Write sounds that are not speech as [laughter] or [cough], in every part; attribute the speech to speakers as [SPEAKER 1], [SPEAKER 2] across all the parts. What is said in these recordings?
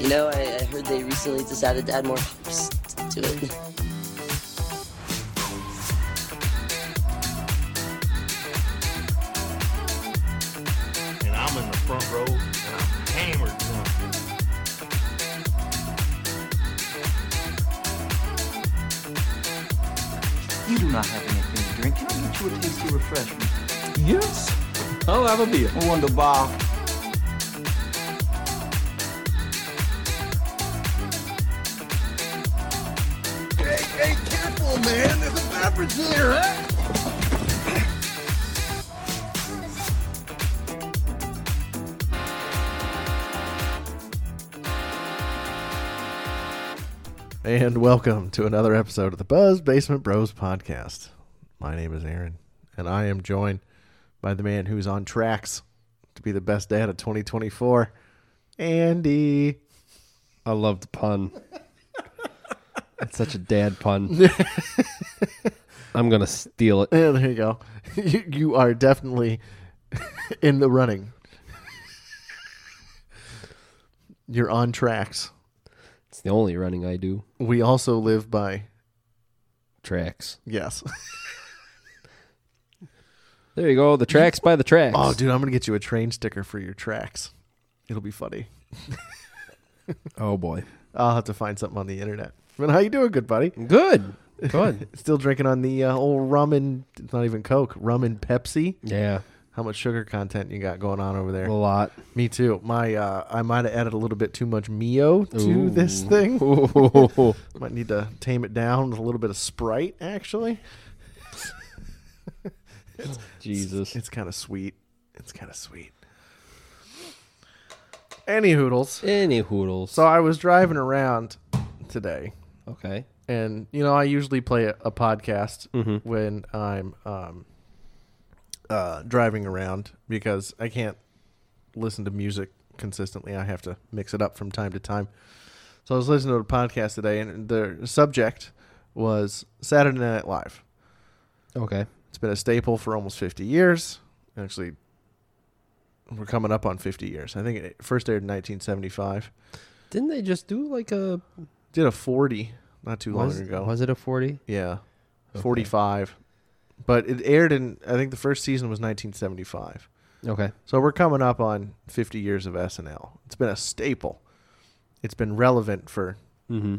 [SPEAKER 1] You know, I, I heard they recently decided to add more hops to it.
[SPEAKER 2] and I'm in the front row and I'm hammered drunk.
[SPEAKER 3] You do not have anything to drink. Can I get you a tasty refreshment?
[SPEAKER 4] Yes. I'll have a beer.
[SPEAKER 3] Wonder bar.
[SPEAKER 4] Hey, careful, man. There's a beverage here, huh?
[SPEAKER 5] And welcome to another episode of the Buzz Basement Bros podcast. My name is Aaron, and I am joined by the man who's on tracks to be the best dad of 2024, Andy.
[SPEAKER 6] I love the pun. It's such a
[SPEAKER 5] [laughs]
[SPEAKER 6] dad pun. I'm gonna steal it.
[SPEAKER 5] Yeah, there you go. [laughs] You, you are definitely [laughs] in the running. You're on tracks.
[SPEAKER 6] It's the only running I do.
[SPEAKER 5] We also live by
[SPEAKER 6] Tracks.
[SPEAKER 5] yes.
[SPEAKER 6] There you go. The tracks by the tracks.
[SPEAKER 5] Oh, dude, I'm gonna get you a train sticker for your tracks. It'll be funny.
[SPEAKER 6] Oh boy.
[SPEAKER 5] I'll have to find something on the internet. But how you doing, good buddy?
[SPEAKER 6] Good.
[SPEAKER 5] [laughs]
[SPEAKER 6] Good.
[SPEAKER 5] Still drinking on the uh, old rum and it's not even Coke, rum and Pepsi.
[SPEAKER 6] yeah.
[SPEAKER 5] How much sugar content you got going on over there?
[SPEAKER 6] A
[SPEAKER 5] [laughs]
[SPEAKER 6] lot.
[SPEAKER 5] Me too. My uh, I might have added a little bit too much Mio to this thing. Might need to tame it down with a little bit of Sprite. Actually,
[SPEAKER 6] Jesus.
[SPEAKER 5] it's kind of sweet. It's kind of sweet. Any hoodles.
[SPEAKER 6] Any hoodles.
[SPEAKER 5] So I was driving around today,
[SPEAKER 6] okay.
[SPEAKER 5] and you know I usually play a, a podcast
[SPEAKER 6] Mm-hmm.
[SPEAKER 5] when I'm um, uh, driving around because I can't listen to music consistently. I have to mix it up from time to time. So I was listening to a podcast today, and the subject was Saturday Night Live.
[SPEAKER 6] Okay.
[SPEAKER 5] It's been a staple for almost 50 years. Actually, we're coming up on 50 years. I think it first aired in 1975.
[SPEAKER 6] Didn't they just do like a
[SPEAKER 5] Did a 40 not too long
[SPEAKER 6] was,
[SPEAKER 5] ago.
[SPEAKER 6] was it a forty?
[SPEAKER 5] Yeah. 45. But it aired in, I think the first season was 1975.
[SPEAKER 6] Okay.
[SPEAKER 5] So we're coming up on 50 years of SNL. It's been a staple. It's been relevant for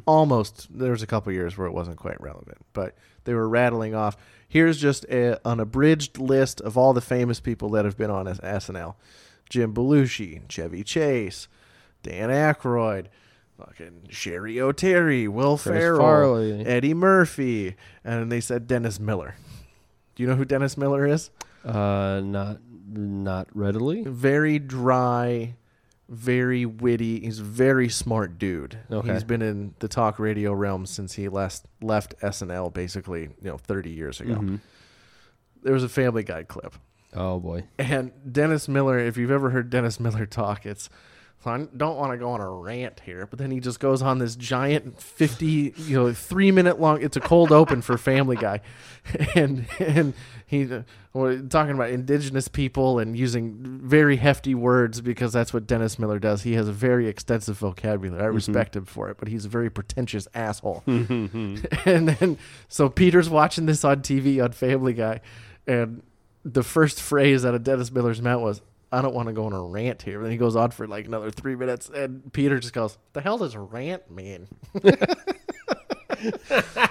[SPEAKER 5] almost, there was a couple years where it wasn't quite relevant, but they were rattling off. Here's just a, an abridged list of all the famous people that have been on S- SNL Jim Belushi, Chevy Chase, Dan Aykroyd. Fucking Sherry O'Terry, Will Ferrell,
[SPEAKER 6] Farley.
[SPEAKER 5] Eddie Murphy, and they said Dennis Miller. Do you know who Dennis Miller is?
[SPEAKER 6] Uh not not readily.
[SPEAKER 5] very dry, very witty. He's a very smart dude.
[SPEAKER 6] Okay.
[SPEAKER 5] He's been in the talk radio realm since he last left SNL basically, you know, 30 years ago. There was a Family Guy clip.
[SPEAKER 6] Oh boy.
[SPEAKER 5] And Dennis Miller, if you've ever heard Dennis Miller talk, it's I don't want to go on a rant here, but then he just goes on this giant fifty, you know, three minute long. It's a cold open for Family Guy, [laughs] and and he uh, we're talking about indigenous people and using very hefty words because that's what Dennis Miller does. He has a very extensive vocabulary. I respect him for it, but he's a very pretentious asshole.
[SPEAKER 6] Mm-hmm.
[SPEAKER 5] [laughs] and then so Peter's watching this on TV on Family Guy, and the first phrase out of Dennis Miller's mouth was, I don't want to go on a rant here. Then he goes on for like another three minutes, and Peter just goes, The hell does rant mean? [laughs]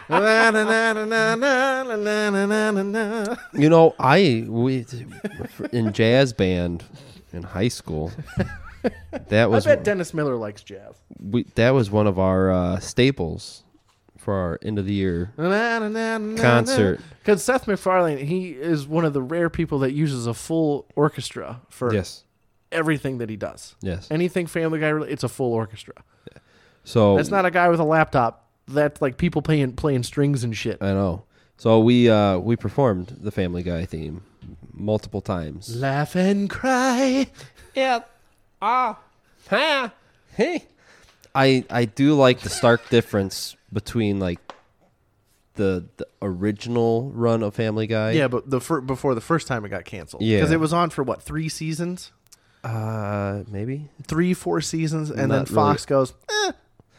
[SPEAKER 5] Na, na, na, na, na, na, na, na, na, na, na.
[SPEAKER 6] You know, I we in jazz band in high school. That
[SPEAKER 5] I
[SPEAKER 6] was
[SPEAKER 5] bet Dennis Miller likes jazz.
[SPEAKER 6] we, that was one of our uh, staples for our end of the year. Concert.
[SPEAKER 5] Because Seth MacFarlane, he is one of the rare people that uses a full orchestra for
[SPEAKER 6] Yes,
[SPEAKER 5] everything that he does.
[SPEAKER 6] yes.
[SPEAKER 5] Anything Family Guy, related, it's a full orchestra.
[SPEAKER 6] So
[SPEAKER 5] That's not a guy with a laptop. That's like people playing playing strings and shit.
[SPEAKER 6] I know. So we uh, we performed the Family Guy theme multiple times.
[SPEAKER 5] Laugh and cry.
[SPEAKER 6] Yeah. Ah. Ha. Hey. I I do like the stark [laughs] difference between like the, the original run of Family Guy.
[SPEAKER 5] Yeah, but the fir- before the first time it got canceled.
[SPEAKER 6] Yeah.
[SPEAKER 5] because it was on for what three seasons,
[SPEAKER 6] Uh, maybe.
[SPEAKER 5] three, four seasons, and then
[SPEAKER 6] Not really.
[SPEAKER 5] Fox goes, eh,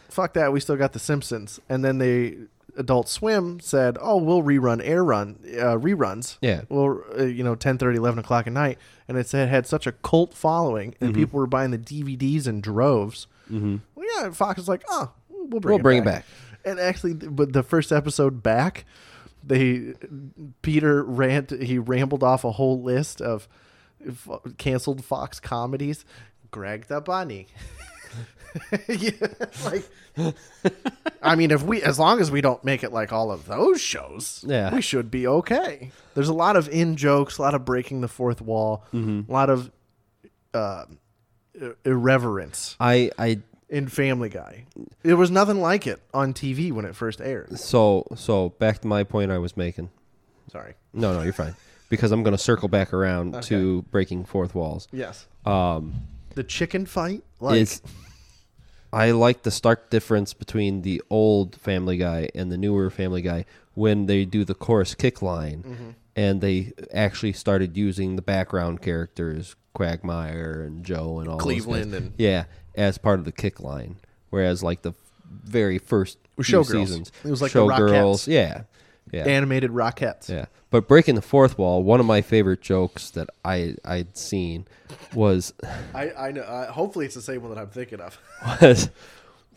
[SPEAKER 5] fuck that. We still got The Simpsons. And then they, Adult Swim said, oh, we'll rerun air run, uh, reruns.
[SPEAKER 6] Yeah.
[SPEAKER 5] Well, uh, you know, 10, 11 o'clock at night. And it said, had such a cult following,
[SPEAKER 6] Mm-hmm.
[SPEAKER 5] and people were buying the DVDs in droves. Mm-hmm. Well, yeah, Fox is like, oh, we'll bring,
[SPEAKER 6] We'll
[SPEAKER 5] it,
[SPEAKER 6] bring it
[SPEAKER 5] back. And actually, th- but the first episode back, they Peter rant he rambled off a whole list of f- canceled Fox comedies. Greg the Bunny. [laughs] Yeah, like, I mean, if we as long as we don't make it like all of those shows,
[SPEAKER 6] Yeah.
[SPEAKER 5] we should be okay. There's a lot of in jokes, a lot of breaking the fourth wall,
[SPEAKER 6] Mm-hmm.
[SPEAKER 5] a lot of uh, i- irreverence
[SPEAKER 6] I I
[SPEAKER 5] in Family Guy. There was nothing like it on TV when it first aired.
[SPEAKER 6] so so back to my point I was making.
[SPEAKER 5] Sorry.
[SPEAKER 6] No, no, you're fine. Because I'm gonna circle back around to breaking fourth walls.
[SPEAKER 5] Yes.
[SPEAKER 6] Um,
[SPEAKER 5] The chicken fight, like
[SPEAKER 6] is I like the stark difference between the old Family Guy and the newer Family Guy when they do the chorus kick line
[SPEAKER 5] Mm-hmm.
[SPEAKER 6] and they actually started using the background characters Quagmire and Joe and all those guys.
[SPEAKER 5] Cleveland and-
[SPEAKER 6] yeah as part of the kick line, whereas like the very first
[SPEAKER 5] was
[SPEAKER 6] few
[SPEAKER 5] Showgirls.
[SPEAKER 6] seasons
[SPEAKER 5] It was like the
[SPEAKER 6] Showgirls
[SPEAKER 5] Rockettes.
[SPEAKER 6] yeah yeah
[SPEAKER 5] animated Rockettes.
[SPEAKER 6] yeah. But breaking the fourth wall, one of my favorite jokes that I I'd seen was [laughs]
[SPEAKER 5] I, I know. Uh, hopefully, it's the same one that I'm thinking of.
[SPEAKER 6] was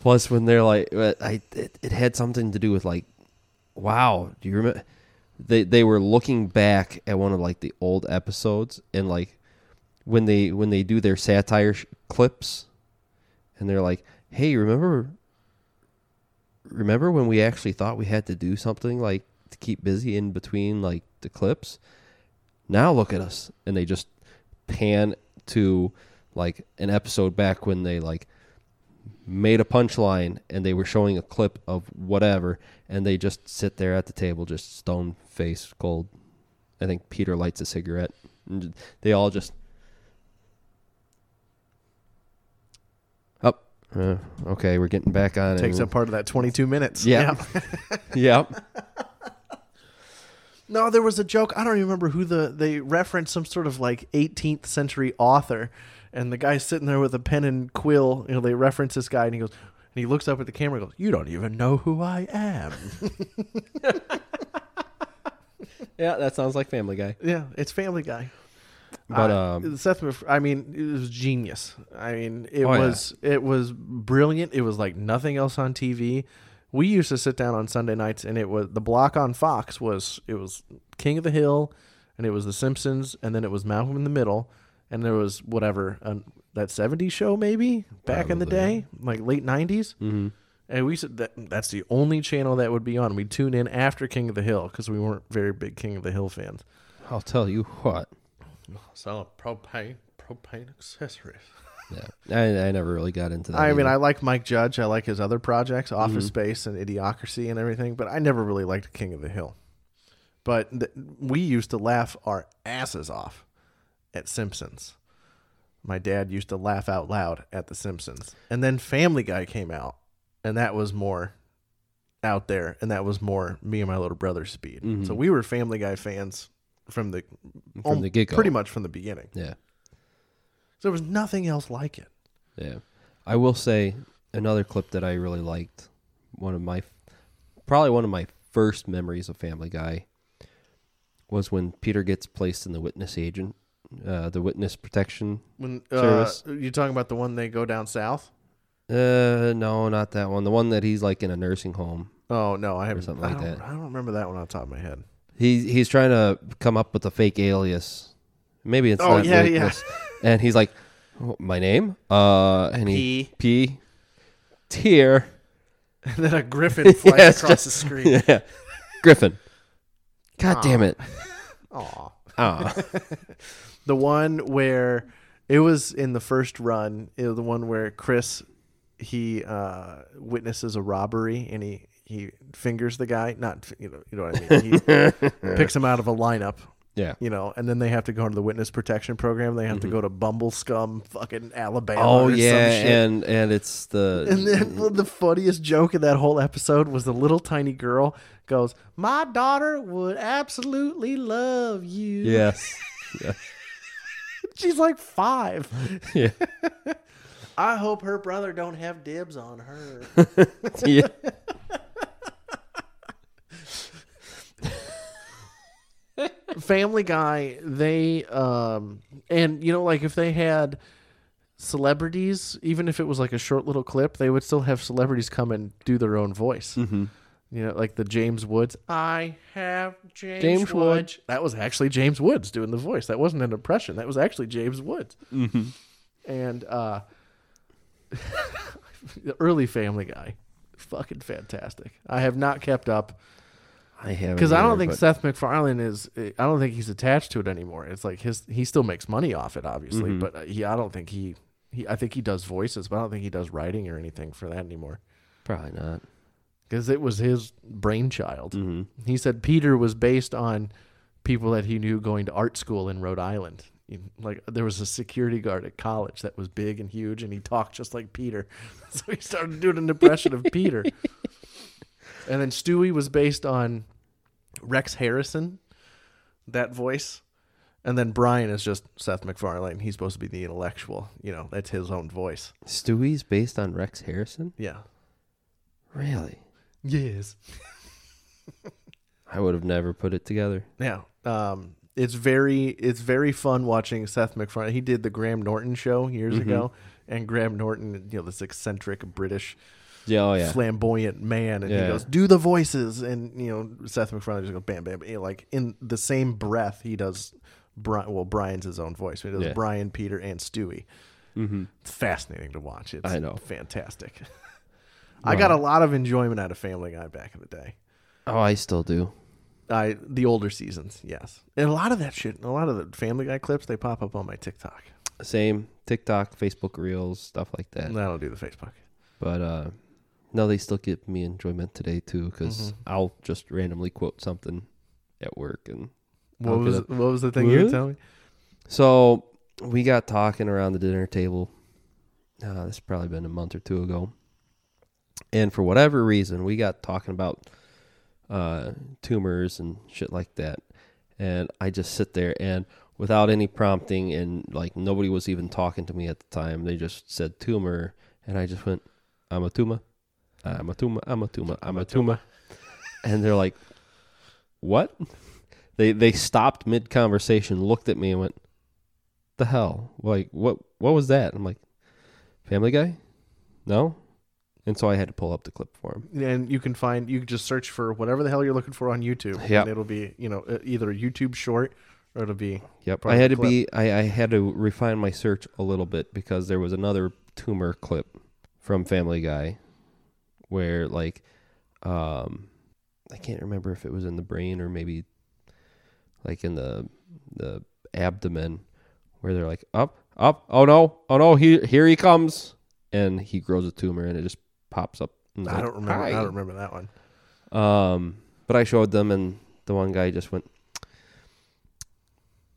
[SPEAKER 6] was when they're like uh, I it, it had something to do with like wow, do you remember they they were looking back at one of like the old episodes and like when they when they do their satire sh- clips and they're like, "Hey, remember remember when we actually thought we had to do something like to keep busy in between like the clips now look at us and they just pan to like an episode back when they like made a punchline and they were showing a clip of whatever and they just sit there at the table just stone face cold i think peter lights a cigarette and they all just up uh, okay we're getting back on
[SPEAKER 5] [laughs]
[SPEAKER 6] it.
[SPEAKER 5] Takes up part of that 22 minutes.
[SPEAKER 6] Mm-hmm. Yeah. [laughs] yep
[SPEAKER 5] [laughs] No, there was a joke. I don't remember who the they referenced some sort of like 18th century author, and the guy's sitting there with a pen and quill. You know, they reference this guy, and he goes, and he looks up at the camera, and goes, "You don't even know who I am."
[SPEAKER 6] Yeah, that sounds like Family Guy.
[SPEAKER 5] yeah, it's Family Guy.
[SPEAKER 6] But
[SPEAKER 5] I-
[SPEAKER 6] um,
[SPEAKER 5] Seth, Macf- I mean, it was genius. I mean, it
[SPEAKER 6] Oh, yeah.
[SPEAKER 5] was it was brilliant. It was like nothing else on TV. We used to sit down on Sunday nights, and it was the block on Fox was it was King of the Hill, and it was The Simpsons, and then it was Malcolm in the Middle, and there was whatever an, that '70s show maybe back in the day, like late '90s. Mm-hmm. And we said that that's the only channel that would be on. We'd tune in after King of the Hill because we weren't very big King of the Hill fans.
[SPEAKER 6] I'll tell you what.
[SPEAKER 5] Sell propane propane accessories.
[SPEAKER 6] Yeah, I, I never really got into that.
[SPEAKER 5] I mean, I
[SPEAKER 6] either.
[SPEAKER 5] like Mike Judge. I like his other projects,
[SPEAKER 6] Mm-hmm.
[SPEAKER 5] Office Space and Idiocracy and everything, but I never really liked King of the Hill. But th- we used to laugh our asses off at Simpsons. My dad used to laugh out loud at The Simpsons. And then Family Guy came out, and that was more out there, and that was more me and my little brother speed. So we were Family Guy fans from the
[SPEAKER 6] Mm-hmm. From the get-go.
[SPEAKER 5] pretty much from the beginning.
[SPEAKER 6] yeah,
[SPEAKER 5] So there was nothing else like it.
[SPEAKER 6] yeah. I will say another clip that I really liked. One of my, probably one of my first memories of Family Guy was when Peter gets placed in the witness agent, uh, the witness protection.
[SPEAKER 5] When uh,
[SPEAKER 6] Service.
[SPEAKER 5] you talking about the one they go down south?
[SPEAKER 6] Uh, no, not that one. The one that he's like in a nursing home.
[SPEAKER 5] Oh no, I haven't.
[SPEAKER 6] something
[SPEAKER 5] I,
[SPEAKER 6] like
[SPEAKER 5] don't,
[SPEAKER 6] that.
[SPEAKER 5] I don't remember that one on top of my head.
[SPEAKER 6] He he's trying to come up with a fake alias. Maybe it's
[SPEAKER 5] Oh,
[SPEAKER 6] not
[SPEAKER 5] yeah,
[SPEAKER 6] really
[SPEAKER 5] yeah.
[SPEAKER 6] this. And he's like, "Oh, "My name?" Uh, and he P tier
[SPEAKER 5] [laughs] And then a
[SPEAKER 6] [laughs]
[SPEAKER 5] griffin flies
[SPEAKER 6] Yeah, it's
[SPEAKER 5] across the screen.
[SPEAKER 6] [laughs] yeah. Griffin. God damn it! Aw.
[SPEAKER 5] The one where it was in the first run, it was the one where Chris he uh, witnesses a robbery and he he fingers the guy. Not you know you know what I mean.
[SPEAKER 6] [laughs]
[SPEAKER 5] He picks him out of a lineup. [laughs]
[SPEAKER 6] Yeah.
[SPEAKER 5] You know, and then they have to go into the witness protection program. They have to go to Bumble Scum, fucking Alabama.
[SPEAKER 6] Mm-hmm. Oh
[SPEAKER 5] or some
[SPEAKER 6] yeah,
[SPEAKER 5] shit.
[SPEAKER 6] and and it's the
[SPEAKER 5] [laughs] And then well, the funniest joke in that whole episode was the little tiny girl goes, "My daughter would absolutely love you."
[SPEAKER 6] yes.
[SPEAKER 5] [laughs] She's like five.
[SPEAKER 6] Yeah.
[SPEAKER 5] [laughs] I hope her brother don't have dibs on her.
[SPEAKER 6] yeah.
[SPEAKER 5] Family Guy, they um and you know like if they had celebrities, even if it was like a short little clip, they would still have celebrities come and do their own voice. You know, like the James Woods. I have James,
[SPEAKER 6] James Wood."
[SPEAKER 5] Woods. That was actually James Woods doing the voice. That wasn't an impression. That was actually James Woods. And uh [laughs] the early Family Guy, fucking fantastic. I have not kept up.
[SPEAKER 6] I haven't.
[SPEAKER 5] Because I
[SPEAKER 6] either,
[SPEAKER 5] don't think
[SPEAKER 6] but-
[SPEAKER 5] Seth MacFarlane is. I don't think he's attached to it anymore. It's like his. He still makes money off it, obviously, but uh, he. I don't think he. He. I think he does voices, but I don't think he does writing or anything for that anymore.
[SPEAKER 6] Probably not.
[SPEAKER 5] Because it was his brainchild. He said Peter was based on people that he knew going to art school in Rhode Island. You- Like there was a security guard at college that was big and huge, and he talked just like Peter. [laughs] So he started doing an impression of Peter. And then Stewie was based on Rex Harrison, that voice. And then Brian is just Seth MacFarlane. He's supposed to be the intellectual. You know, that's his own voice.
[SPEAKER 6] Stewie's based on Rex Harrison?
[SPEAKER 5] Yeah.
[SPEAKER 6] Really?
[SPEAKER 5] Yes.
[SPEAKER 6] I would have never put it together.
[SPEAKER 5] Yeah. Um, it's very it's very fun watching Seth MacFarlane. He did the Graham Norton show years
[SPEAKER 6] Mm-hmm.
[SPEAKER 5] ago, and Graham Norton, you know, this eccentric British
[SPEAKER 6] Yeah, oh yeah.
[SPEAKER 5] flamboyant man, and he
[SPEAKER 6] Yeah.
[SPEAKER 5] goes, "Do the voices," and you know, Seth MacFarlane just goes, "Bam, bam," you know, like in the same breath he does. Brian, well, Brian's his own voice. He does
[SPEAKER 6] Yeah. Mm-hmm.
[SPEAKER 5] Brian, Peter, and Stewie. It's fascinating to watch. It's
[SPEAKER 6] I know.
[SPEAKER 5] fantastic. [laughs] I got a lot of enjoyment out of Family Guy back in the day.
[SPEAKER 6] Oh, I still do.
[SPEAKER 5] I the older seasons, yes. And a lot of that shit, a lot of the Family Guy clips, they pop up on my TikTok.
[SPEAKER 6] Same TikTok, Facebook Reels, stuff like that.
[SPEAKER 5] And I don't do the Facebook.
[SPEAKER 6] But uh no, they still give me enjoyment today too because
[SPEAKER 5] Mm-hmm.
[SPEAKER 6] I'll just randomly quote something at work and
[SPEAKER 5] What
[SPEAKER 6] I'll get
[SPEAKER 5] was
[SPEAKER 6] up.
[SPEAKER 5] what was the thing you were
[SPEAKER 6] What?
[SPEAKER 5] telling me?
[SPEAKER 6] So we got talking around the dinner table. Uh, this has probably been a month or two ago. And for whatever reason, we got talking about uh, tumors and shit like that. And I just sit there and without any prompting, and like nobody was even talking to me at the time, they just said tumor. And I just went, I'm a tumor. I'm a tumor. I'm a tumor. I'm a tumor. And they're like, what? They, they stopped mid conversation, looked at me, and went, the hell? Like what what was that? I'm like, Family Guy? No? And so I had to pull up the clip for him.
[SPEAKER 5] And you can find you can just search for whatever the hell you're looking for on YouTube.
[SPEAKER 6] Yeah.
[SPEAKER 5] And it'll be, you know, uh, either a YouTube short or it'll be
[SPEAKER 6] Yep.
[SPEAKER 5] part
[SPEAKER 6] I
[SPEAKER 5] of
[SPEAKER 6] had
[SPEAKER 5] the
[SPEAKER 6] to be I, I had to refine my search a little bit because there was another tumor clip from Family Guy where like um I can't remember if it was in the brain or maybe like in the the abdomen where they're like up up oh no oh no he, here he comes and he grows a tumor and it just pops up and
[SPEAKER 5] I
[SPEAKER 6] like,
[SPEAKER 5] don't remember I
[SPEAKER 6] "Hi."
[SPEAKER 5] don't remember that one.
[SPEAKER 6] Um, but I showed them, and the one guy just went,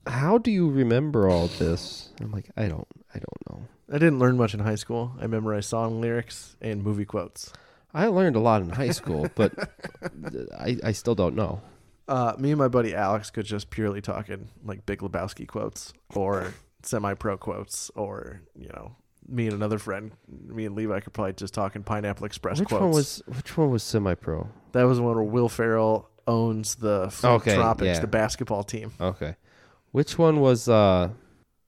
[SPEAKER 6] "How do you remember all this?" I'm like, "I don't, I don't know.
[SPEAKER 5] I didn't learn much in high school. I memorized song lyrics and movie quotes.
[SPEAKER 6] I learned a lot in
[SPEAKER 5] [laughs]
[SPEAKER 6] high school, but I, I still don't know."
[SPEAKER 5] Uh, me and my buddy Alex could just purely talk in like Big Lebowski quotes or semi-pro quotes or you know me and another friend, me and Levi could probably just talk in Pineapple Express
[SPEAKER 6] Which
[SPEAKER 5] quotes.
[SPEAKER 6] one was which one was semi-pro?
[SPEAKER 5] that was the one where Will Ferrell owns the Flint
[SPEAKER 6] Okay,
[SPEAKER 5] Tropics,
[SPEAKER 6] yeah.
[SPEAKER 5] the basketball team.
[SPEAKER 6] Okay, which one was? Uh,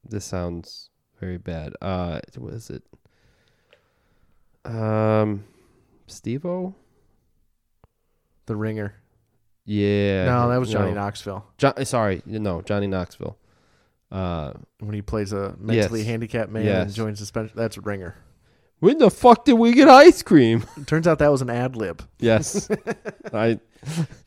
[SPEAKER 6] this sounds very bad. Uh, was it? Um, Steve-O?
[SPEAKER 5] The Ringer.
[SPEAKER 6] Yeah.
[SPEAKER 5] no, that was Johnny Knoxville
[SPEAKER 6] Jo- sorry, no, Johnny Knoxville. Uh,
[SPEAKER 5] when he plays a mentally
[SPEAKER 6] Yes.
[SPEAKER 5] handicapped man
[SPEAKER 6] Yes.
[SPEAKER 5] and joins the special. That's Ringer.
[SPEAKER 6] when the fuck did we get ice cream? [laughs]
[SPEAKER 5] Turns out that was an ad lib [laughs]
[SPEAKER 6] Yes. I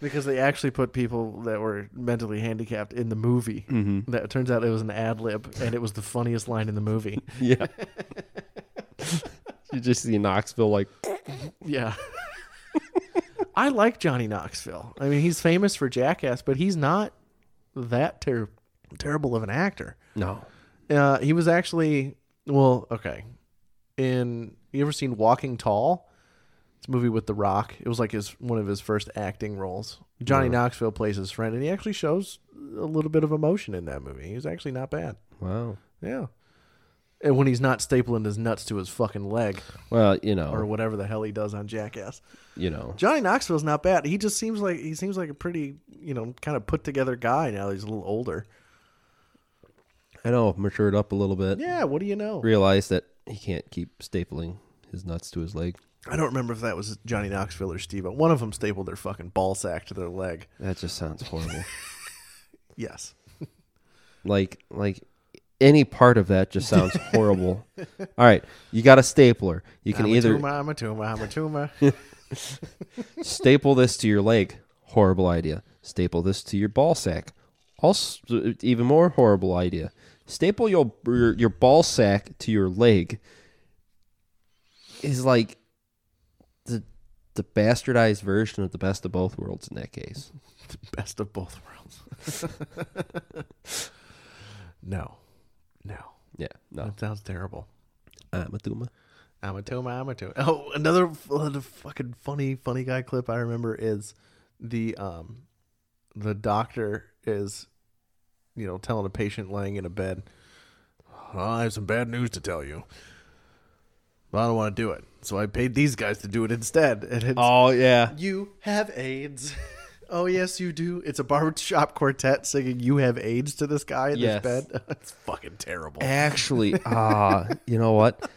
[SPEAKER 5] because they actually put people that were mentally handicapped in the movie. That it turns out it was an ad lib, and it was the funniest line in the movie.
[SPEAKER 6] yeah. [laughs] you just see Knoxville like
[SPEAKER 5] Yeah. I like Johnny Knoxville. I mean, he's famous for Jackass, but he's not that ter- terrible of an actor.
[SPEAKER 6] no.
[SPEAKER 5] Uh, he was actually, well, okay. In you ever seen Walking Tall? It's a movie with The Rock. It was like his one of his first acting roles. Johnny Knoxville plays his friend, and he actually shows a little bit of emotion in that movie. He was actually not bad.
[SPEAKER 6] Wow.
[SPEAKER 5] Yeah. And when he's not stapling his nuts to his fucking leg
[SPEAKER 6] Well, you know,
[SPEAKER 5] or whatever the hell he does on Jackass.
[SPEAKER 6] you know.
[SPEAKER 5] Johnny Knoxville's not bad. He just seems like he seems like a pretty, you know, kind of put together guy now. that He's a little older.
[SPEAKER 6] I know, matured up a little bit.
[SPEAKER 5] Yeah, what do you know?
[SPEAKER 6] Realized that he can't keep stapling his nuts to his leg.
[SPEAKER 5] I don't remember if that was Johnny Knoxville or Steve. One of them stapled their fucking ball sack to their leg.
[SPEAKER 6] That just sounds horrible.
[SPEAKER 5] Yes.
[SPEAKER 6] [laughs] like like any part of that just sounds [laughs] horrible. All right, you got a stapler. You can
[SPEAKER 5] I'm a
[SPEAKER 6] either
[SPEAKER 5] tumor, I'm a tumor, I'm a tumor.
[SPEAKER 6] staple this to your leg. Horrible idea. Staple this to your ball sack. Also, even more horrible idea. Staple your your, your ball sack to your leg. Is like the the bastardized version of the best of both worlds in that case.
[SPEAKER 5] Best of both worlds. [laughs] no. No.
[SPEAKER 6] Yeah, no,
[SPEAKER 5] That sounds terrible.
[SPEAKER 6] I'm a Duma.
[SPEAKER 5] I'm a tumor, I'm a tumor. [laughs] Oh, another, another fucking funny, funny guy clip I remember is the um the doctor is, you know, telling a patient laying in a bed, "Well, I have some bad news to tell you. But I don't want to do it. So I paid these guys to do it instead. And it's
[SPEAKER 6] Oh yeah,
[SPEAKER 5] You have AIDS. [laughs] oh yes, you do. It's a barbershop quartet singing "You Have AIDS" to this guy in
[SPEAKER 6] Yes.
[SPEAKER 5] this bed. [laughs] it's fucking terrible.
[SPEAKER 6] actually, [laughs] ah, you know what?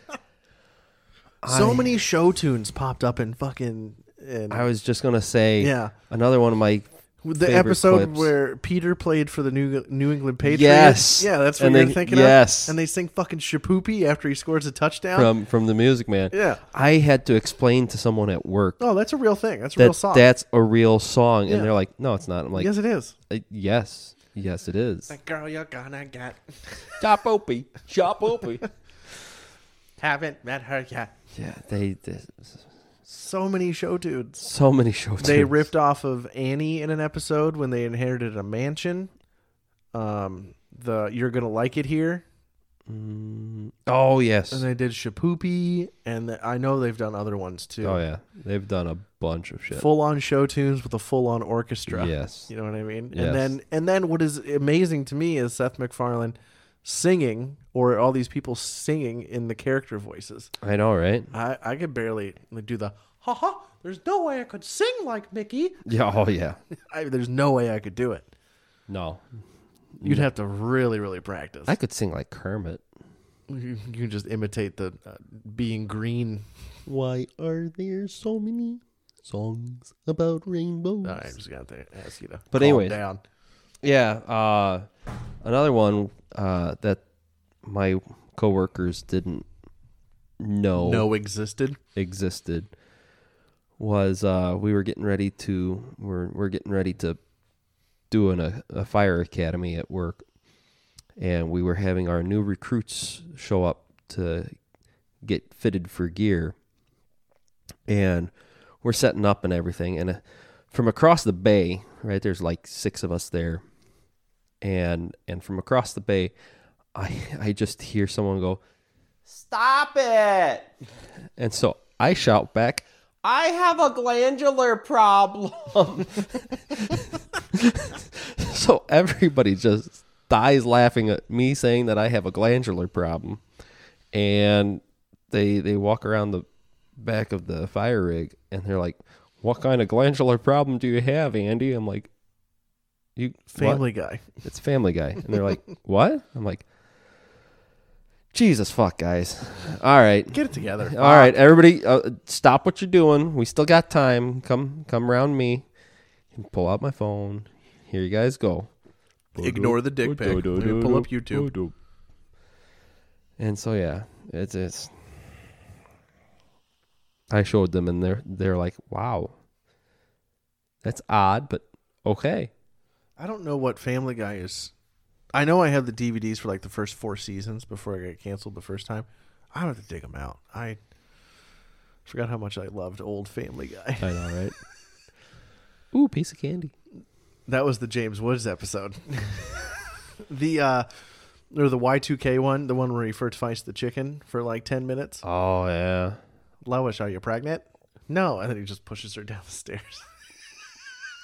[SPEAKER 5] so many show tunes popped up in fucking in
[SPEAKER 6] I was just gonna say,
[SPEAKER 5] Yeah.
[SPEAKER 6] another one of my
[SPEAKER 5] the
[SPEAKER 6] favorite
[SPEAKER 5] episode
[SPEAKER 6] clips.
[SPEAKER 5] where Peter played for the New New England Patriots.
[SPEAKER 6] Yes.
[SPEAKER 5] yeah, that's what
[SPEAKER 6] And
[SPEAKER 5] you're
[SPEAKER 6] they-
[SPEAKER 5] thinking
[SPEAKER 6] yes.
[SPEAKER 5] of. and they sing fucking Shapoopy after he scores a touchdown.
[SPEAKER 6] from from the Music Man.
[SPEAKER 5] Yeah.
[SPEAKER 6] I had to explain to someone at work
[SPEAKER 5] oh, that's a real thing. That's a real
[SPEAKER 6] that
[SPEAKER 5] song.
[SPEAKER 6] that's a real song,
[SPEAKER 5] Yeah.
[SPEAKER 6] and they're like, "No, it's not." I'm like,
[SPEAKER 5] yes, it is.
[SPEAKER 6] "Uh, "Yes, yes, it is."
[SPEAKER 5] Girl, you're gonna get.
[SPEAKER 6] Chop opie, chop opie.
[SPEAKER 5] Haven't met her yet.
[SPEAKER 6] yeah, they, they
[SPEAKER 5] So many show tunes.
[SPEAKER 6] so many shows.
[SPEAKER 5] They ripped off of Annie in an episode when they inherited a mansion. Um, the you're gonna like it here,
[SPEAKER 6] Oh yes.
[SPEAKER 5] and they did Shapoopy, and the, I know they've done other ones too.
[SPEAKER 6] oh yeah, they've done a bunch of shit.
[SPEAKER 5] Full on show tunes with a full on orchestra.
[SPEAKER 6] Yes.
[SPEAKER 5] you know what I mean.
[SPEAKER 6] Yes.
[SPEAKER 5] And then and then what is amazing to me is Seth MacFarlane singing or all these people singing in the character voices.
[SPEAKER 6] I know, right?
[SPEAKER 5] I I could barely do the ha ha. There's no way I could sing like Mickey.
[SPEAKER 6] Yeah.
[SPEAKER 5] [laughs]
[SPEAKER 6] Oh yeah.
[SPEAKER 5] I, there's no way I could do it.
[SPEAKER 6] No,
[SPEAKER 5] You'd have to really, really practice.
[SPEAKER 6] I could sing like Kermit.
[SPEAKER 5] You you can just imitate the uh, being green.
[SPEAKER 6] Why are there so many songs about rainbows?
[SPEAKER 5] All right, I Uh, just got to ask you to.
[SPEAKER 6] But
[SPEAKER 5] calm
[SPEAKER 6] anyways.
[SPEAKER 5] down.
[SPEAKER 6] Yeah. Uh, another one uh, that my coworkers didn't know
[SPEAKER 5] no existed.
[SPEAKER 6] existed was uh, we were getting ready to we're we're getting ready to do an, a, a fire academy at work, and we were having our new recruits show up to get fitted for gear, and we're setting up and everything, and uh, from across the bay, right? There's like six of us there, and and from across the bay, I [laughs] I just hear someone go, "Stop it!" And so I shout back, I have a glandular problem. [laughs] so everybody just dies laughing at me saying that I have a glandular problem. And they they walk around the back of the fire rig and they're like, What kind of glandular problem do you have, Andy? I'm like, You what?"
[SPEAKER 5] Family Guy.
[SPEAKER 6] It's Family Guy. And they're like, [laughs] What? I'm like, Jesus fuck, guys. All right.
[SPEAKER 5] Get it together.
[SPEAKER 6] [laughs] All right, everybody, uh, stop what you're doing. We still got time. Come, come around me. And pull out my phone. Here you guys go.
[SPEAKER 5] Ignore the dick pic. Let me pull up YouTube.
[SPEAKER 6] And so yeah, it's it's. I showed them, and they're they're like, "Wow, that's odd, but okay."
[SPEAKER 5] I don't know what Family Guy is. I know I have the DVDs for like the first four seasons before I got canceled the first time. I don't have to dig them out. I forgot how much I loved old Family Guy. [laughs]
[SPEAKER 6] I know, right? Ooh, piece of candy.
[SPEAKER 5] That was the James Woods episode. [laughs] the uh or the Y2K one, the one where he first fights the chicken for like 10 minutes.
[SPEAKER 6] Oh yeah.
[SPEAKER 5] Lois, are you pregnant? No. And then he just pushes her down the stairs.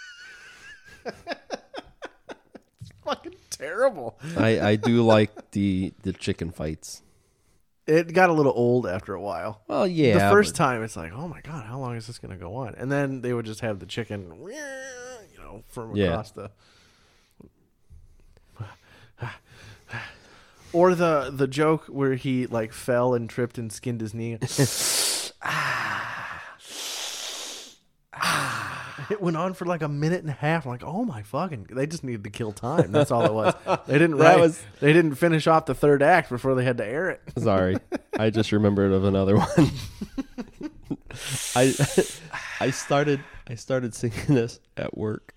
[SPEAKER 5] [laughs] it's fucking terrible.
[SPEAKER 6] I, I do like the the chicken fights.
[SPEAKER 5] It got a little old after a while.
[SPEAKER 6] Well, yeah.
[SPEAKER 5] the first
[SPEAKER 6] but-
[SPEAKER 5] time, it's like, oh my god, how long is this going to go on? And then they would just have the chicken, you know, from
[SPEAKER 6] Yeah.
[SPEAKER 5] across the. Or the the joke where he like fell and tripped and skinned his knee. Ah. Ah. it went on for like a minute and a half. I'm like, oh my fucking! They just needed to kill time. That's all it was. They didn't
[SPEAKER 6] That
[SPEAKER 5] write.
[SPEAKER 6] was-
[SPEAKER 5] They didn't finish off the third act before they had to air it.
[SPEAKER 6] Sorry, I just remembered of another one. [laughs] I I started I started singing this at work.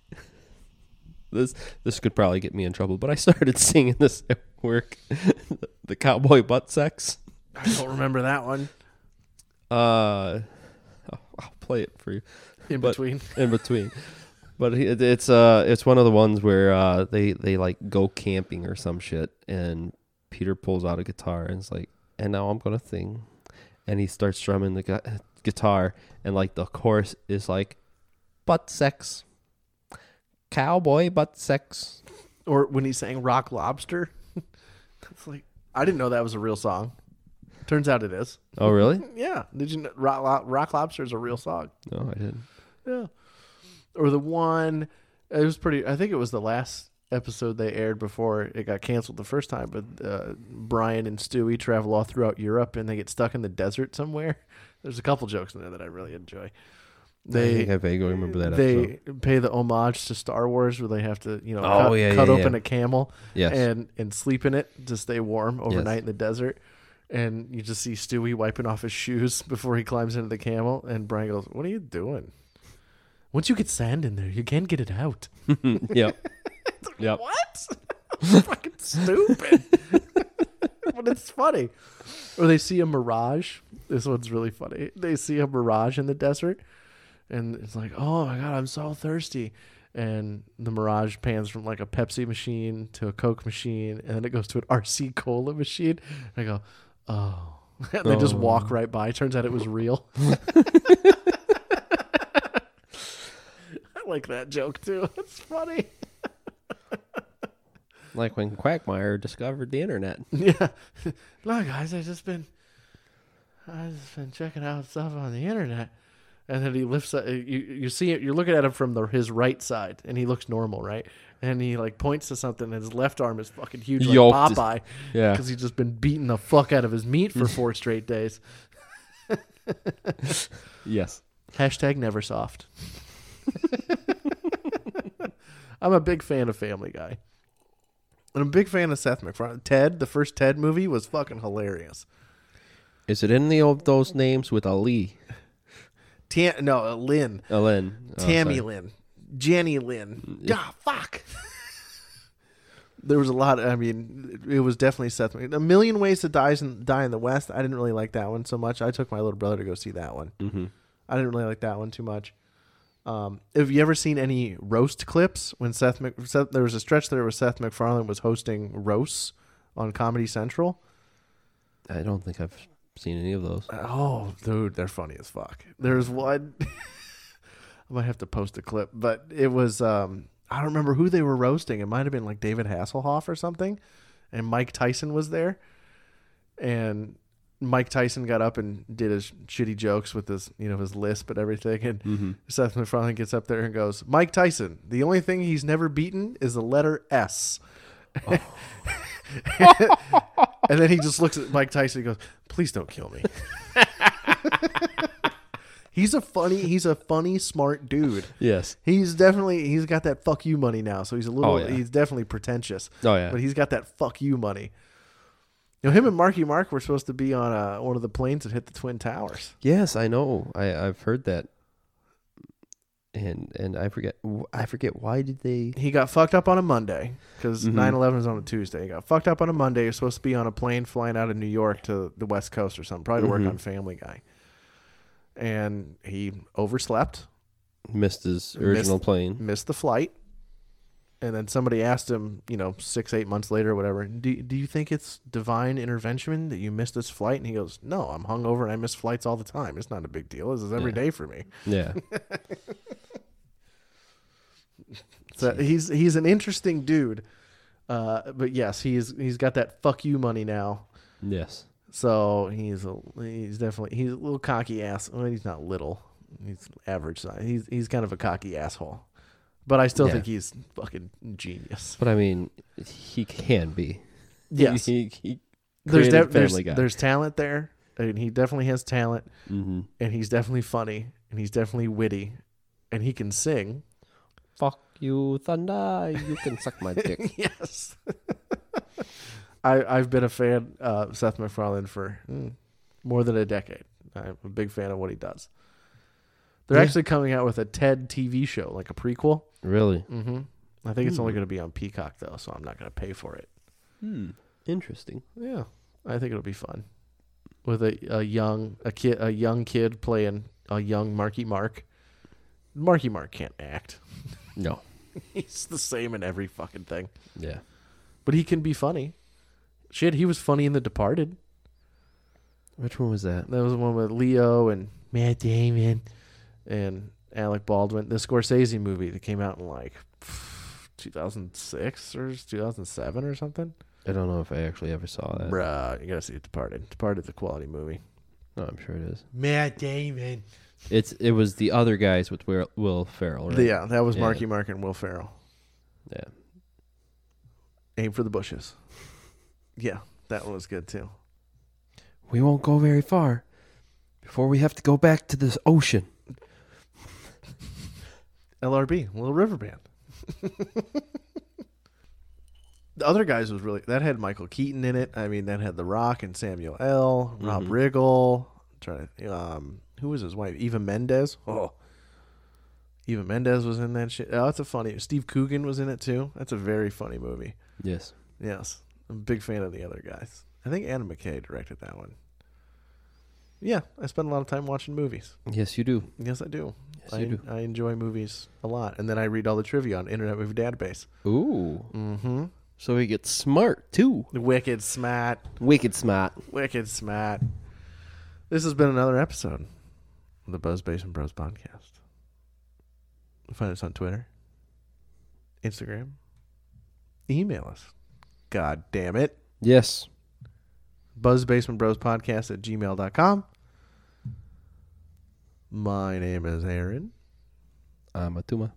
[SPEAKER 6] This this could probably get me in trouble, but I started singing this at work. [laughs] the cowboy butt sex.
[SPEAKER 5] I don't remember that one.
[SPEAKER 6] Uh, I'll, I'll play it for you.
[SPEAKER 5] In
[SPEAKER 6] But-
[SPEAKER 5] between.
[SPEAKER 6] [laughs] in between. But he- it- it's uh it's one of the ones where uh they they like go camping or some shit and Peter pulls out a guitar and it's like and now I'm going to sing and he starts strumming the gu- guitar and like the chorus is like butt sex cowboy butt sex
[SPEAKER 5] or when he sang Rock Lobster. [laughs] it's like I didn't know that was a real song. Turns out it is.
[SPEAKER 6] Oh really?
[SPEAKER 5] Yeah. Did you know Rock, Lo- Rock Lobster is a real song?
[SPEAKER 6] No, I didn't.
[SPEAKER 5] Yeah. Or the one it was pretty I think it was the last episode they aired before it got canceled the first time, but uh, Brian and Stewie travel all throughout Europe and they get stuck in the desert somewhere. [laughs] There's a couple jokes in there that I really enjoy.
[SPEAKER 6] I
[SPEAKER 5] They
[SPEAKER 6] think I vaguely remember
[SPEAKER 5] [laughs]
[SPEAKER 6] that episode.
[SPEAKER 5] they pay the homage to Star Wars where they have to, you know,
[SPEAKER 6] Oh,
[SPEAKER 5] cut,
[SPEAKER 6] yeah,
[SPEAKER 5] cut
[SPEAKER 6] yeah,
[SPEAKER 5] open
[SPEAKER 6] yeah.
[SPEAKER 5] a camel
[SPEAKER 6] Yes.
[SPEAKER 5] and and sleep in it to stay warm overnight in the desert. And you just see Stewie wiping off his shoes [laughs] before he climbs into the camel. And Brian goes, "What are you doing? Once you get sand in there, you can't get it out."
[SPEAKER 6] yep. yep.
[SPEAKER 5] What? [laughs] Fucking stupid. [laughs] but it's funny. Or they see a mirage. This one's really funny. They see a mirage in the desert, and it's like, oh my god, I'm so thirsty. And the mirage pans from like a Pepsi machine to a Coke machine, and then it goes to an RC cola machine. And I go, oh. [laughs] And they just walk right by. Turns out it was real. [laughs] I like that joke too. It's funny.
[SPEAKER 6] Like when Quagmire discovered the internet.
[SPEAKER 5] [laughs] Yeah. Look, guys, I just been I just been checking out stuff on the internet. And then he lifts up you you see it you're looking at him from the, his right side and he looks normal, right? And he like points to something and his left arm is fucking huge like
[SPEAKER 6] Yoked.
[SPEAKER 5] Popeye.
[SPEAKER 6] Yeah.
[SPEAKER 5] Because he's just been beating the fuck out of his meat for four straight days.
[SPEAKER 6] Yes.
[SPEAKER 5] Hashtag never soft. I'm a big fan of Family Guy. And I'm a big fan of Seth MacFarlane. Ted, the first Ted movie was fucking hilarious.
[SPEAKER 6] Is it any of those names with a Lee?
[SPEAKER 5] Tam- no, uh, Lynn.
[SPEAKER 6] Ellen. Oh,
[SPEAKER 5] Tammy
[SPEAKER 6] sorry.
[SPEAKER 5] Lynn. Jenny Lynn. Ah, fuck. there was a lot. I mean, it was definitely Seth. Mac- A Million Ways to Die in, Die in the West. I didn't really like that one so much. I took my little brother to go see that one. Mm-hmm. I didn't really like that one too much. Um, have you ever seen any roast clips when Seth, Mac- Seth there was a stretch there where Seth MacFarlane was hosting roasts on Comedy Central?
[SPEAKER 6] I don't think I've seen any of those.
[SPEAKER 5] Oh, dude, they're funny as fuck. There's one. [laughs] I might have to post a clip, but it was um I don't remember who they were roasting. It might have been like David Hasselhoff or something, and Mike Tyson was there, and Mike Tyson got up and did his shitty jokes with his you know his lisp and everything, and Seth MacFarlane gets up there and goes, Mike Tyson, the only thing he's never beaten is the letter S. [laughs] and then he just looks at Mike Tyson and goes, "Please don't kill me." he's a funny, he's a funny, smart dude.
[SPEAKER 6] Yes.
[SPEAKER 5] He's definitely he's got that fuck you money now, so he's a little
[SPEAKER 6] Oh, yeah.
[SPEAKER 5] he's definitely pretentious.
[SPEAKER 6] Oh, yeah.
[SPEAKER 5] but he's got that fuck you money. You know, him and Marky Mark were supposed to be on uh, one of the planes that hit the twin towers.
[SPEAKER 6] Yes, I know. I I've heard that. And and I forget wh- I forget why did they
[SPEAKER 5] He got fucked up on a Monday because
[SPEAKER 6] Mm-hmm.
[SPEAKER 5] 9/11 was on a Tuesday. He got fucked up on a Monday. You're supposed to be on a plane flying out of New York to the West Coast or something, probably to
[SPEAKER 6] Mm-hmm.
[SPEAKER 5] work on Family Guy. And he overslept.
[SPEAKER 6] missed his
[SPEAKER 5] [laughs]
[SPEAKER 6] original plane.
[SPEAKER 5] missed the flight. And then somebody asked him, you know, six, eight months later, or whatever, do, do you think it's divine intervention that you missed this flight? And he goes, no, I'm hungover and I miss flights all the time. It's not a big deal. This is every day for me.
[SPEAKER 6] Yeah.
[SPEAKER 5] So he's he's an interesting dude. Uh, but yes, he's he's got that fuck you money now.
[SPEAKER 6] Yes.
[SPEAKER 5] So he's a, he's definitely he's a little cocky ass. Well, he's not little. He's average size. He's he's kind of a cocky asshole. But I still
[SPEAKER 6] Yeah.
[SPEAKER 5] think he's fucking genius.
[SPEAKER 6] But I mean, he can be. [laughs]
[SPEAKER 5] Yes.
[SPEAKER 6] He, he
[SPEAKER 5] there's
[SPEAKER 6] created
[SPEAKER 5] def- there's,
[SPEAKER 6] Family Guy.
[SPEAKER 5] there's talent there, and he definitely has talent,
[SPEAKER 6] Mm-hmm.
[SPEAKER 5] and he's definitely funny, and he's definitely witty, and he can sing.
[SPEAKER 6] Fuck you, Thunder. You can
[SPEAKER 5] [laughs]
[SPEAKER 6] suck my dick.
[SPEAKER 5] Yes, [laughs] I I've been a fan of Seth MacFarlane for mm, more than a decade. I'm a big fan of what he does. They're actually coming out with a TED TV show, like a prequel.
[SPEAKER 6] [laughs] really?
[SPEAKER 5] I think it's only
[SPEAKER 6] Hmm.
[SPEAKER 5] going to be on Peacock though, so I'm not going to pay for it.
[SPEAKER 6] Interesting.
[SPEAKER 5] Yeah, I think it'll be fun with a, a young a kid a young kid playing a young Marky Mark. Marky Mark can't act. [laughs]
[SPEAKER 6] No.
[SPEAKER 5] He's the same in every fucking thing,
[SPEAKER 6] Yeah.
[SPEAKER 5] but he can be funny. Shit, he was funny in The Departed.
[SPEAKER 6] Which one was that?
[SPEAKER 5] That was the one with Leo and Matt Damon and Alec Baldwin. The Scorsese movie that came out in like [sighs] 2006 or 2007 or something.
[SPEAKER 6] I don't know if I actually ever saw that.
[SPEAKER 5] Bruh, you gotta see Departed. Departed's a quality movie.
[SPEAKER 6] No, I'm sure it is.
[SPEAKER 5] Matt Damon.
[SPEAKER 6] It's it was the other guys with Will, Will Ferrell, right?
[SPEAKER 5] Yeah, that was
[SPEAKER 6] Yeah.
[SPEAKER 5] Marky Mark and Will Ferrell.
[SPEAKER 6] Yeah.
[SPEAKER 5] Aim for the bushes. Yeah, that one was good too.
[SPEAKER 6] We won't go very far before we have to go back to this ocean.
[SPEAKER 5] LRB, Little River Band. [laughs] the other guys was really that had Michael Keaton in it. I mean, that had The Rock and Samuel L. Rob
[SPEAKER 6] Mm-hmm.
[SPEAKER 5] Riggle. I'm trying to um, who was his wife? Eva Mendes. Oh, Eva Mendes was in that shit. Oh, that's a funny. Steve Coogan was in it too. That's a very funny movie.
[SPEAKER 6] Yes.
[SPEAKER 5] Yes. I'm a big fan of the other guys. I think Adam McKay directed that one. Yeah, I spend a lot of time watching movies.
[SPEAKER 6] Yes, you do.
[SPEAKER 5] Yes, I do.
[SPEAKER 6] Yes,
[SPEAKER 5] I,
[SPEAKER 6] you do.
[SPEAKER 5] I enjoy movies a lot. And then I read all the trivia on Internet Movie Database.
[SPEAKER 6] Ooh. Mm-hmm. So he gets smart too.
[SPEAKER 5] Wicked smart.
[SPEAKER 6] Wicked smart.
[SPEAKER 5] Wicked smart. This has been another episode of the Buzz Basin Bros podcast. Find us on Twitter, Instagram, email us. God damn it.
[SPEAKER 6] Yes.
[SPEAKER 5] buzzbasementbrospodcast at gmail.com. My name is Aaron.
[SPEAKER 6] I'm Atuma.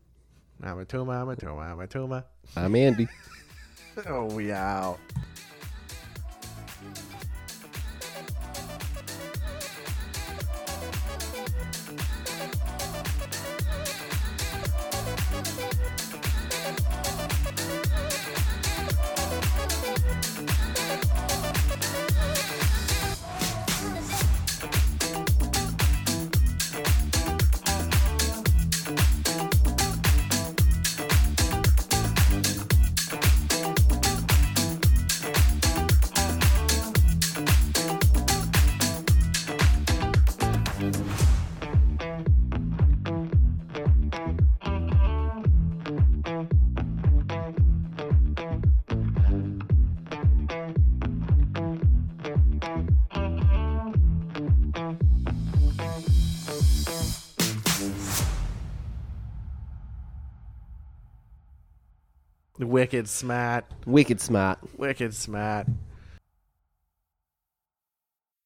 [SPEAKER 5] I'm a Tuma, I'm a Tuma, I'm a Tuma.
[SPEAKER 6] I'm [laughs] Andy.
[SPEAKER 5] [laughs] Oh, we out. Wicked smart.
[SPEAKER 6] Wicked smart.
[SPEAKER 5] Wicked smart.